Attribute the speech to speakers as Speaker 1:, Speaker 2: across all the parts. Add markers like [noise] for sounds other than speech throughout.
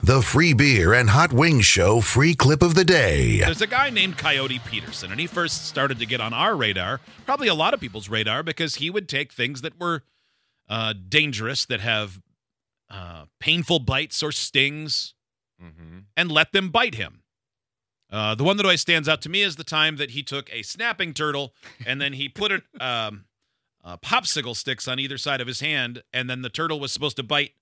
Speaker 1: The Free Beer and Hot Wings Show free clip of the day.
Speaker 2: There's a guy named Coyote Peterson, and he first started to get on our radar, probably a lot of people's radar, because he would take things that were uh, dangerous, that have uh, painful bites or stings, and let them bite him. Uh, the one that always stands out to me is the time that he took a snapping turtle and then he
Speaker 3: [laughs]
Speaker 2: put it, um, uh, popsicle sticks on either side of his hand, and then the turtle was supposed to bite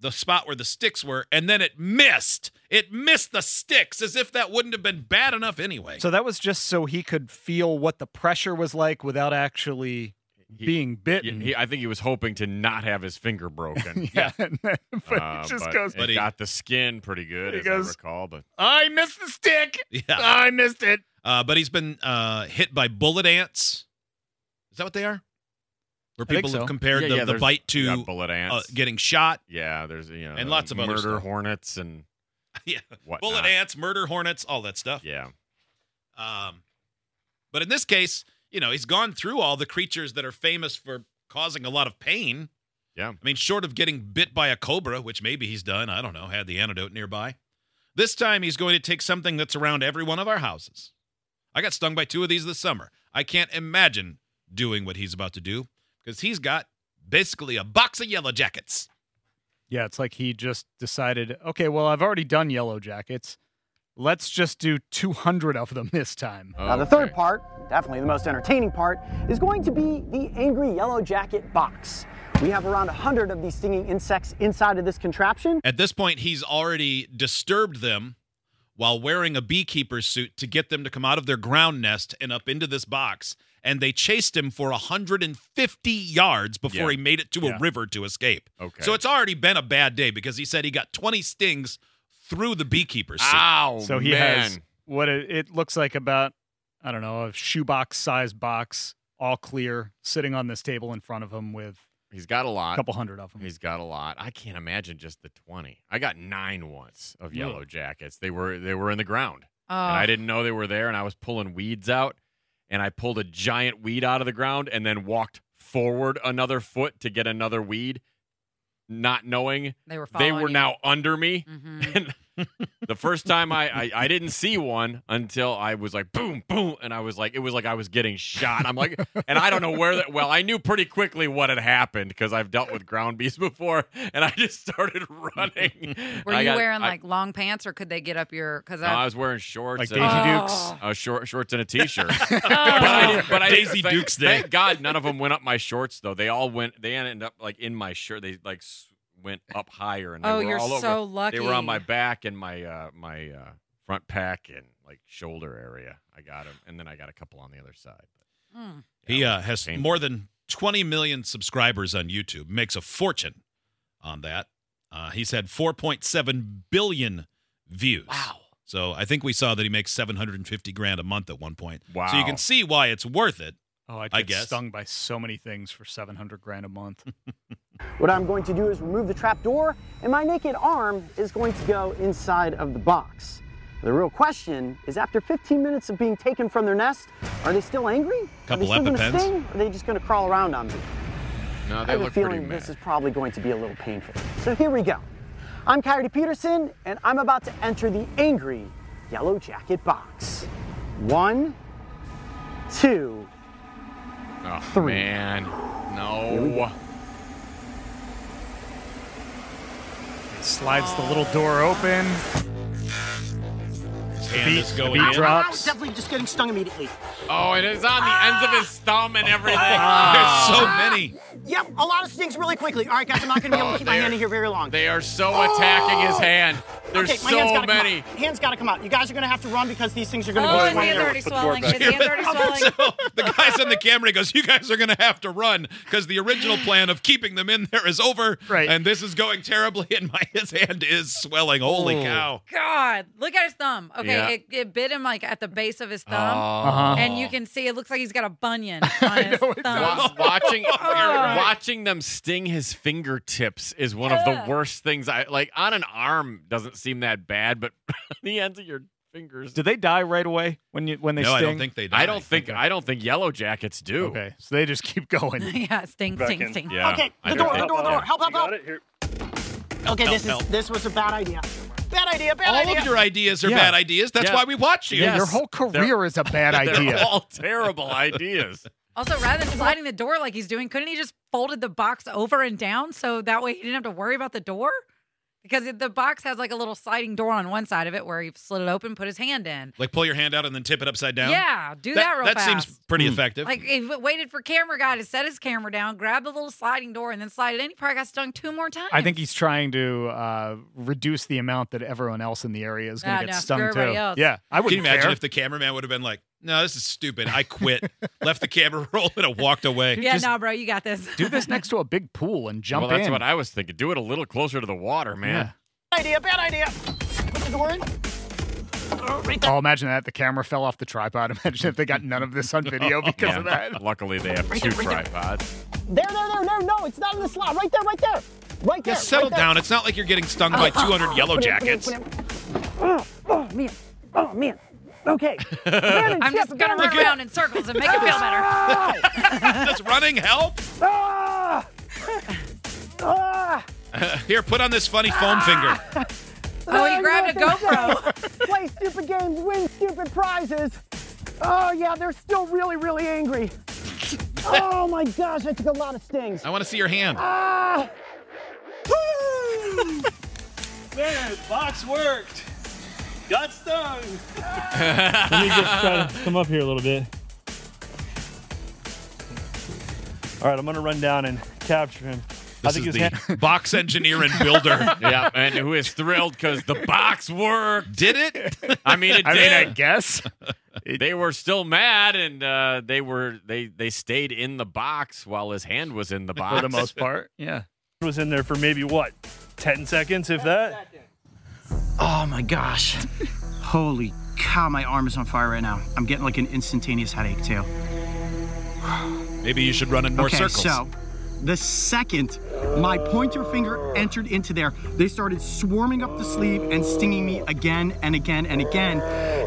Speaker 2: the spot where the sticks were, and then it missed. It missed the sticks as if that wouldn't have been bad enough anyway.
Speaker 4: So that was just so he could feel what the pressure was like without actually
Speaker 3: He-
Speaker 4: being bitten. [laughs]
Speaker 3: He, I think he was hoping to not have his finger broken.
Speaker 4: yeah, and then- [laughs] but
Speaker 3: Uh,
Speaker 4: he just
Speaker 3: but
Speaker 4: goes.
Speaker 3: It
Speaker 2: But he-
Speaker 3: got the skin pretty good,
Speaker 4: He
Speaker 3: as
Speaker 4: goes-
Speaker 3: I recall. But
Speaker 4: I missed the stick.
Speaker 2: [laughs] yeah.
Speaker 4: I missed it.
Speaker 2: Uh, but he's been uh, hit by bullet ants. Is that what they are? Where
Speaker 4: I think
Speaker 2: people
Speaker 4: so.
Speaker 2: have compared
Speaker 3: Yeah,
Speaker 2: the,
Speaker 3: yeah,
Speaker 2: the
Speaker 3: there's-
Speaker 2: bite
Speaker 3: you got
Speaker 2: to
Speaker 3: bullet
Speaker 2: uh,
Speaker 3: ants.
Speaker 2: getting shot. [laughs]
Speaker 3: yeah, there's you know
Speaker 2: and
Speaker 3: the
Speaker 2: lots of other
Speaker 3: murder
Speaker 2: stuff.
Speaker 3: hornets and
Speaker 2: yeah,
Speaker 3: whatnot.
Speaker 2: bullet ants, murder hornets, all that stuff.
Speaker 3: Yeah,
Speaker 2: Um, but in this case, you know, he's gone through all the creatures that are famous for causing a lot of pain.
Speaker 3: Yeah.
Speaker 2: I mean, short of getting bit by a cobra, which maybe he's done, I don't know, had the antidote nearby. This time he's going to take something that's around every one of our houses. I got stung by two of these this summer. I can't imagine doing what he's about to do because he's got basically a box of yellow jackets.
Speaker 4: Yeah, it's like he just decided. Okay, well, I've already done yellow jackets. Let's just do 200 of them [laughs] this time.
Speaker 5: Now, the third part, definitely the most entertaining part, is going to be the Angry Yellow Jacket box. We have around 100 of these stinging insects inside of this contraption.
Speaker 2: At this point, he's already disturbed them while wearing a beekeeper's suit to get them to come out of their ground nest and up into this box. And they chased him for 150 yards before
Speaker 3: Yeah.
Speaker 2: he made it to
Speaker 4: Yeah.
Speaker 2: a river to escape.
Speaker 3: Okay.
Speaker 2: So it's already been a bad day because he said he got 20 stings through the beekeeper's suit.
Speaker 3: Ow,
Speaker 4: so he
Speaker 3: Oh, man.
Speaker 4: has what it, it looks like about I don't know a shoebox size box, all clear, sitting on this table in front of him with
Speaker 3: He's got a
Speaker 4: a
Speaker 3: lot.
Speaker 4: couple hundred of them.
Speaker 3: He's got a lot. I can't imagine just the twenty. I got nine once of
Speaker 4: Yeah.
Speaker 3: yellow jackets. They were they were in the ground,
Speaker 6: Oh,
Speaker 3: and I didn't know they were there. And I was pulling weeds out, and I pulled a giant weed out of the ground, and then walked forward another foot to get another weed, not knowing
Speaker 6: they were
Speaker 3: they
Speaker 6: following
Speaker 3: were
Speaker 6: you.
Speaker 3: now under me.
Speaker 6: Mhm.
Speaker 3: [laughs] And the first time I, I I didn't see one until I was like boom boom, and I was like it was like I was getting shot. I'm like, and I don't know where that. Well, I knew pretty quickly what had happened because I've dealt with ground bees before, and I just started [laughs] running.
Speaker 6: Oh, Were
Speaker 3: I
Speaker 6: you
Speaker 3: got-
Speaker 6: wearing
Speaker 3: I-
Speaker 6: like long pants, or could they get up your? Because
Speaker 3: No, I was wearing shorts,
Speaker 4: like
Speaker 3: and,
Speaker 4: Daisy Dukes.
Speaker 6: oh.
Speaker 3: uh, short shorts and a t-shirt.
Speaker 6: [laughs] [laughs] Oh.
Speaker 3: But I didn't- but I didn't-
Speaker 2: Daisy
Speaker 3: thank-
Speaker 2: Dukes Day.
Speaker 3: Thank God none of them went up my shorts though. They all went. They ended up like in my shirt. They like s- went up higher and they
Speaker 6: Oh,
Speaker 3: were
Speaker 6: you're
Speaker 3: all
Speaker 6: so
Speaker 3: over. They were on
Speaker 6: lucky.
Speaker 3: my back and my uh, my uh, front pack and like shoulder area. I got them, and then I got a couple on the other side.
Speaker 6: Mm.
Speaker 2: He
Speaker 3: Yeah,
Speaker 2: uh, has
Speaker 3: painful.
Speaker 2: more than 20 million subscribers on YouTube, makes a fortune on that. Uh, he's had 4.7 billion views. Wow. So I think we saw that he makes 750 grand a month at one point. So you
Speaker 3: Wow.
Speaker 2: can see why it's worth it.
Speaker 4: Oh, I'd get
Speaker 2: I guess.
Speaker 4: stung by so many things for 700 grand a
Speaker 2: [laughs]
Speaker 4: month.
Speaker 5: What I'm going to do is remove the trap door, and my naked arm is going to go inside of the box. The real question is after 15 minutes of being taken from their nest, are they still angry?
Speaker 2: Couple
Speaker 5: are they still
Speaker 2: EpiPens.
Speaker 5: gonna sting? Or are they just gonna crawl around on me?
Speaker 3: No,
Speaker 5: I
Speaker 3: they
Speaker 5: have a
Speaker 3: look pretty
Speaker 5: feeling
Speaker 3: mad.
Speaker 5: this is probably going to be a little painful. So here we go. I'm Coyote Peterson, and I'm about to enter the angry yellow jacket box. One, two,
Speaker 3: oh,
Speaker 5: three.
Speaker 3: man, no.
Speaker 2: Oh,
Speaker 4: Slides the little door open.
Speaker 2: It's hand
Speaker 4: beat-
Speaker 2: is
Speaker 4: the
Speaker 2: going
Speaker 4: beat
Speaker 2: in.
Speaker 4: drop.
Speaker 5: I
Speaker 4: Drops.
Speaker 5: was definitely just getting stung immediately.
Speaker 3: Oh, and it's on the ends of his thumb and everything.
Speaker 2: There's so many. [laughs]
Speaker 5: Yep, a lot of stings really quickly. All right, guys, I'm not going to be able to keep my
Speaker 3: there.
Speaker 5: hand in here very long.
Speaker 3: They are so attacking his hand. There's
Speaker 5: okay, my hand's
Speaker 3: so
Speaker 5: gotta
Speaker 3: many.
Speaker 5: Come out. Hand's got to come out. You guys are going to have to run because these things are going to
Speaker 6: Oh,
Speaker 5: be
Speaker 6: his
Speaker 5: swinging.
Speaker 6: hand's already swelling. His hand's [laughs] already swelling.
Speaker 2: So the guys on the camera goes, "You guys are going to have to run because the original plan of keeping them in there is over,
Speaker 4: Right.
Speaker 2: and this is going terribly, [laughs] and my his hand is swelling. Holy cow!
Speaker 6: God, look at his thumb. Okay,
Speaker 3: Yeah.
Speaker 6: it, it bit him like at the base of his thumb,
Speaker 4: Uh-huh.
Speaker 6: and you can see it looks like he's got a bunion [laughs] on his
Speaker 4: know, it
Speaker 6: thumb.
Speaker 3: Wa-
Speaker 5: [laughs]
Speaker 3: watching
Speaker 6: right.
Speaker 3: watching them sting his fingertips is one of the worst things. I like on an arm doesn't seem that bad, but [laughs] the ends of your fingers.
Speaker 4: Do they die right away when you when they
Speaker 2: no,
Speaker 4: sting?
Speaker 2: I don't think they. Die.
Speaker 3: I don't think I don't think yellow jackets do.
Speaker 4: Okay, so they just keep [laughs] going.
Speaker 6: [laughs] yeah, sting,
Speaker 7: Back
Speaker 6: sting,
Speaker 7: in.
Speaker 6: sting.
Speaker 3: Yeah.
Speaker 5: Okay,
Speaker 3: I
Speaker 5: the
Speaker 3: don't
Speaker 5: door, the
Speaker 3: think-
Speaker 5: door, the door. Help, help,
Speaker 7: You
Speaker 5: help.
Speaker 7: got it? Here.
Speaker 5: Okay, this
Speaker 2: help.
Speaker 5: is this was a bad idea. Bad idea, bad
Speaker 2: All
Speaker 5: idea.
Speaker 2: of your ideas are
Speaker 3: Yeah.
Speaker 2: bad ideas. That's
Speaker 3: Yeah.
Speaker 2: why we watch you.
Speaker 3: Yeah.
Speaker 4: Your
Speaker 3: Yes.
Speaker 4: whole
Speaker 2: [laughs]
Speaker 4: career is a bad
Speaker 3: They're
Speaker 4: idea.
Speaker 3: all terrible ideas.
Speaker 6: Also, rather than sliding the door like he's doing, couldn't he just folded the box over and down so that way he didn't have to worry about the door? Because it- the box has like a little sliding door on one side of it where he slid it open, put his hand in.
Speaker 2: Like pull your hand out and then tip it upside down.
Speaker 6: Yeah, do that, real
Speaker 2: that
Speaker 6: fast.
Speaker 2: seems
Speaker 3: Hmm.
Speaker 2: pretty effective.
Speaker 6: Like he w- waited for camera guy to set his camera down, grab the little sliding door, and then slide it in. He probably got stung two more times.
Speaker 4: I think he's trying to uh, reduce the amount that everyone else in the area is going
Speaker 6: Yeah,
Speaker 4: to get
Speaker 6: Ah, no,
Speaker 4: stung
Speaker 6: screw
Speaker 4: too.
Speaker 6: everybody else.
Speaker 4: Yeah, I
Speaker 2: Can you
Speaker 4: wouldn't
Speaker 2: imagine
Speaker 4: care.
Speaker 2: if the cameraman would have been like, "No, this is stupid. I
Speaker 3: [laughs]
Speaker 2: quit." Left the camera [laughs] rolling and walked away.
Speaker 6: Yeah,
Speaker 4: just-
Speaker 6: nah, bro, you got this.
Speaker 4: Do this next to a big pool and jump
Speaker 3: well, that's
Speaker 4: in.
Speaker 3: what I was thinking. Do it a little closer to the water, man.
Speaker 5: Bad idea, bad idea. Put the door in. Oh, right there.
Speaker 4: Oh, imagine that. The camera fell off the tripod. [laughs] Imagine if they got none of this
Speaker 2: [laughs]
Speaker 4: on
Speaker 2: Oh,
Speaker 4: video because of that.
Speaker 3: Luckily, they have two tripods.
Speaker 5: There, there, there, no, no, it's not in the slot. Right there, right there. Right there.
Speaker 2: Yeah, settle
Speaker 5: right there.
Speaker 2: down. It's not like you're getting stung
Speaker 6: [laughs]
Speaker 2: by 200 yellow
Speaker 5: Put it in, put it in,
Speaker 2: jackets.
Speaker 5: put it in. Oh, oh, man. Oh, man.
Speaker 8: [laughs]
Speaker 5: Okay. Brandon,
Speaker 6: [laughs] I'm just
Speaker 5: Chip,
Speaker 6: gonna
Speaker 5: Brandon,
Speaker 6: run around in circles and make it feel better.
Speaker 2: Does running help?
Speaker 5: Ah! Ah!
Speaker 2: Here, put on this funny foam finger.
Speaker 6: Oh, he grabbed a GoPro.
Speaker 5: Play stupid games, win stupid prizes. Oh, yeah, they're still really, really angry. Oh, my gosh, I took a lot of stings.
Speaker 2: I want to see your hand.
Speaker 5: Ah! Woo!
Speaker 7: Man, box worked. Got stung.
Speaker 9: Let me just try to come up here a little bit. All right, I'm gonna run down and capture him. I
Speaker 2: This
Speaker 9: think
Speaker 2: is
Speaker 9: his
Speaker 2: the
Speaker 9: hand-
Speaker 2: box engineer and
Speaker 6: [laughs]
Speaker 2: builder.
Speaker 3: [laughs] yeah, and who is thrilled because the box worked.
Speaker 2: Did it? [laughs]
Speaker 3: I mean, it
Speaker 4: I mean,
Speaker 3: did.
Speaker 4: I guess.
Speaker 3: they were still mad and uh, they were they they stayed in the box while his hand was in the box
Speaker 4: For the most part. Yeah.
Speaker 9: was in there for maybe what, ten seconds, if that.
Speaker 8: Oh my gosh. Holy cow, my arm is on fire right now. I'm getting like an instantaneous headache too.
Speaker 2: Maybe you should run in more
Speaker 8: okay,
Speaker 2: circles.
Speaker 8: so the second my pointer finger entered into there, they started swarming up the sleeve and stinging me again and again and again.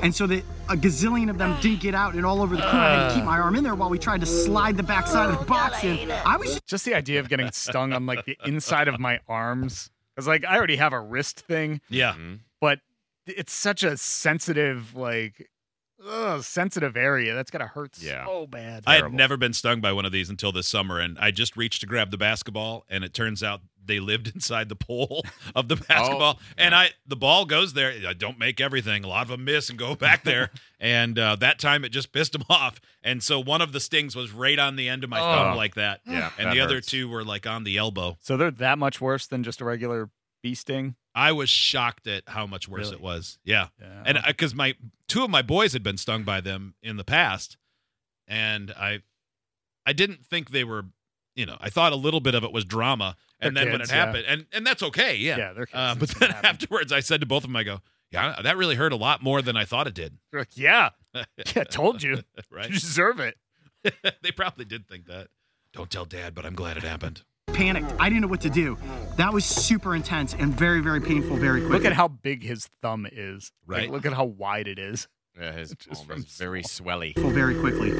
Speaker 8: And so that a gazillion of them didn't get out and all over the corner and keep my arm in there while we tried to slide the backside of the box in. I was
Speaker 4: Just the idea of getting stung on like the inside of my arms. Because like I already have a wrist thing,
Speaker 2: yeah.
Speaker 4: but it's such a sensitive, like, ugh, sensitive area. That's got to hurt
Speaker 3: Yeah.
Speaker 4: so bad.
Speaker 2: I had never been stung by one of these until this summer, and I just reached to grab the basketball, and it turns out they lived [laughs] inside the pole of the
Speaker 3: Oh,
Speaker 2: basketball. and I, the ball goes there. I don't make everything. A lot of them miss and go [laughs] back there. and uh, that time, it just pissed them [laughs] off. And so one of the stings was right on the end of my
Speaker 3: Oh.
Speaker 2: thumb, like that.
Speaker 3: Yeah,
Speaker 2: And
Speaker 3: that
Speaker 2: the other
Speaker 3: hurts.
Speaker 2: two were like on the elbow.
Speaker 4: So they're that much worse than just a regular bee sting.
Speaker 2: I was shocked at how much worse
Speaker 4: Really?
Speaker 2: it was. Yeah.
Speaker 4: Yeah.
Speaker 2: and because my two of my boys had been stung by them in the past, and I, I didn't think they were, you know, I thought a little bit of it was drama, and
Speaker 4: They're
Speaker 2: then when it
Speaker 4: kids, yeah.
Speaker 2: happened, and and that's okay, yeah.
Speaker 4: Yeah, they're kids.
Speaker 2: Uh, but
Speaker 4: It's
Speaker 2: then
Speaker 4: gonna happen.
Speaker 2: afterwards, I said to both of them, I go, yeah, that really hurt a lot more than I thought it did. [laughs]
Speaker 4: They're like,
Speaker 6: [laughs]
Speaker 4: yeah, yeah, told you.
Speaker 2: Right?
Speaker 4: You deserve it.
Speaker 2: they probably did think that. Don't tell dad, but I'm glad it happened.
Speaker 8: panicked. I didn't know what to do. That was super intense and very, very painful very quickly.
Speaker 4: Look at how big his thumb is. Like,
Speaker 2: Right.
Speaker 4: look at how wide it is.
Speaker 3: [laughs] yeah, his
Speaker 4: Just
Speaker 3: palm
Speaker 4: from
Speaker 3: is very swelly
Speaker 8: painful very quickly.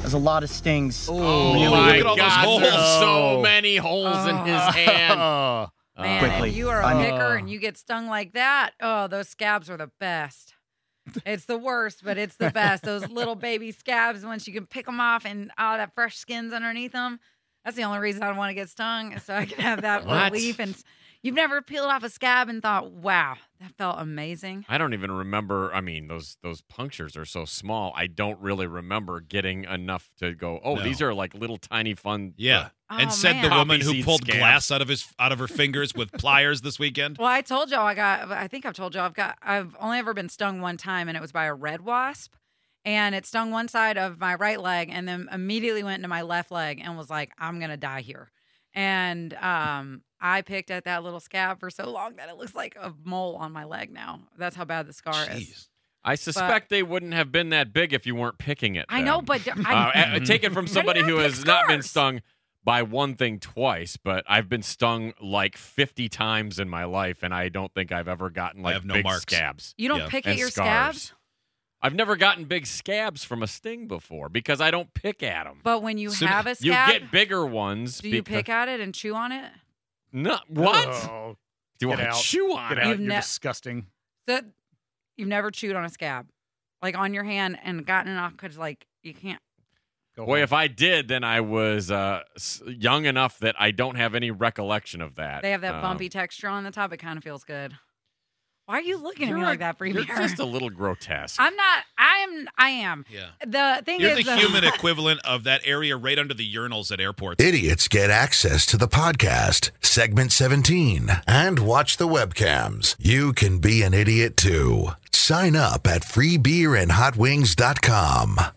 Speaker 8: There's a lot of stings.
Speaker 3: oh
Speaker 8: Really
Speaker 3: my
Speaker 8: look at
Speaker 2: all those
Speaker 3: god there's
Speaker 2: holes.
Speaker 3: so
Speaker 4: Oh.
Speaker 3: many holes in his hand
Speaker 4: Oh,
Speaker 6: Man,
Speaker 8: Quickly.
Speaker 6: if you are a
Speaker 8: I mean-
Speaker 6: picker and you get stung like that, oh, those scabs are the best. It's the worst, but it's the best. Those little baby scabs, once you can pick them off and all that fresh skin's underneath them. That's the only reason I don't want to get stung, is so I can have that
Speaker 3: What?
Speaker 6: relief. And s- You've never peeled off a scab and thought, wow, that felt amazing.
Speaker 3: I don't even remember. I mean, those those punctures are so small. I don't really remember getting enough to go. Oh,
Speaker 2: No.
Speaker 3: these are like little tiny fun.
Speaker 2: Yeah. and
Speaker 6: Oh,
Speaker 2: said the
Speaker 6: man.
Speaker 2: woman
Speaker 3: Poppy
Speaker 2: who
Speaker 3: seed
Speaker 2: pulled
Speaker 3: scabs.
Speaker 2: glass out of his out of her fingers with pliers this weekend.
Speaker 6: Well, I told y'all I got I think I've told y'all I've got I've only ever been stung one time and it was by a red wasp and it stung one side of my right leg and then immediately went into my left leg and was like I'm going to die here. And um I picked at that little scab for so long that it looks like a mole on my leg now. That's how bad the scar is.
Speaker 2: Jeez.
Speaker 3: I suspect they wouldn't have been that big if you weren't picking it.
Speaker 6: I know,
Speaker 3: them.
Speaker 6: but
Speaker 3: uh,
Speaker 6: I,
Speaker 3: a- taken from
Speaker 6: do you
Speaker 3: somebody
Speaker 6: not
Speaker 3: who
Speaker 6: pick
Speaker 3: has not been
Speaker 6: scars?
Speaker 3: stung by one thing twice, but I've been stung like 50 times in my life, and I don't think I've ever gotten like
Speaker 2: have no
Speaker 3: big
Speaker 2: marks.
Speaker 3: scabs.
Speaker 6: you don't
Speaker 2: Yeah,
Speaker 6: pick
Speaker 3: and
Speaker 6: at your
Speaker 3: scars.
Speaker 6: scabs,
Speaker 3: I've never gotten big scabs from a sting before because I don't pick at them.
Speaker 6: but when you
Speaker 2: Soon-
Speaker 6: have a
Speaker 3: You
Speaker 6: scab,
Speaker 3: get bigger ones.
Speaker 6: do you
Speaker 3: beca-
Speaker 6: pick at it and chew on it?
Speaker 3: No, what?
Speaker 4: Oh,
Speaker 3: do
Speaker 4: get
Speaker 3: I
Speaker 4: out.
Speaker 3: chew on
Speaker 4: get
Speaker 3: it?
Speaker 4: out.
Speaker 6: You've
Speaker 4: You're
Speaker 6: ne-
Speaker 4: disgusting.
Speaker 6: that you've never chewed on a scab, like on your hand and gotten it off because like you can't.
Speaker 4: Go
Speaker 3: Boy,
Speaker 4: home.
Speaker 3: if I did, then I was uh, s- young enough that I don't have any recollection of that.
Speaker 6: They have that
Speaker 3: Um,
Speaker 6: bumpy texture on the top. It kind of feels good. Why are you looking at
Speaker 3: you're
Speaker 6: me
Speaker 3: a-
Speaker 6: like that, Premier?
Speaker 3: You're just a little grotesque.
Speaker 6: I'm not. I am. I am.
Speaker 2: Yeah.
Speaker 6: The thing
Speaker 2: You're
Speaker 6: is,
Speaker 2: the
Speaker 6: though- [laughs]
Speaker 2: human equivalent of that area right under the urinals at airports.
Speaker 1: Idiots get access to the podcast, segment 17, and watch the webcams. You can be an idiot too. Sign up at freebeerandhotwings.com.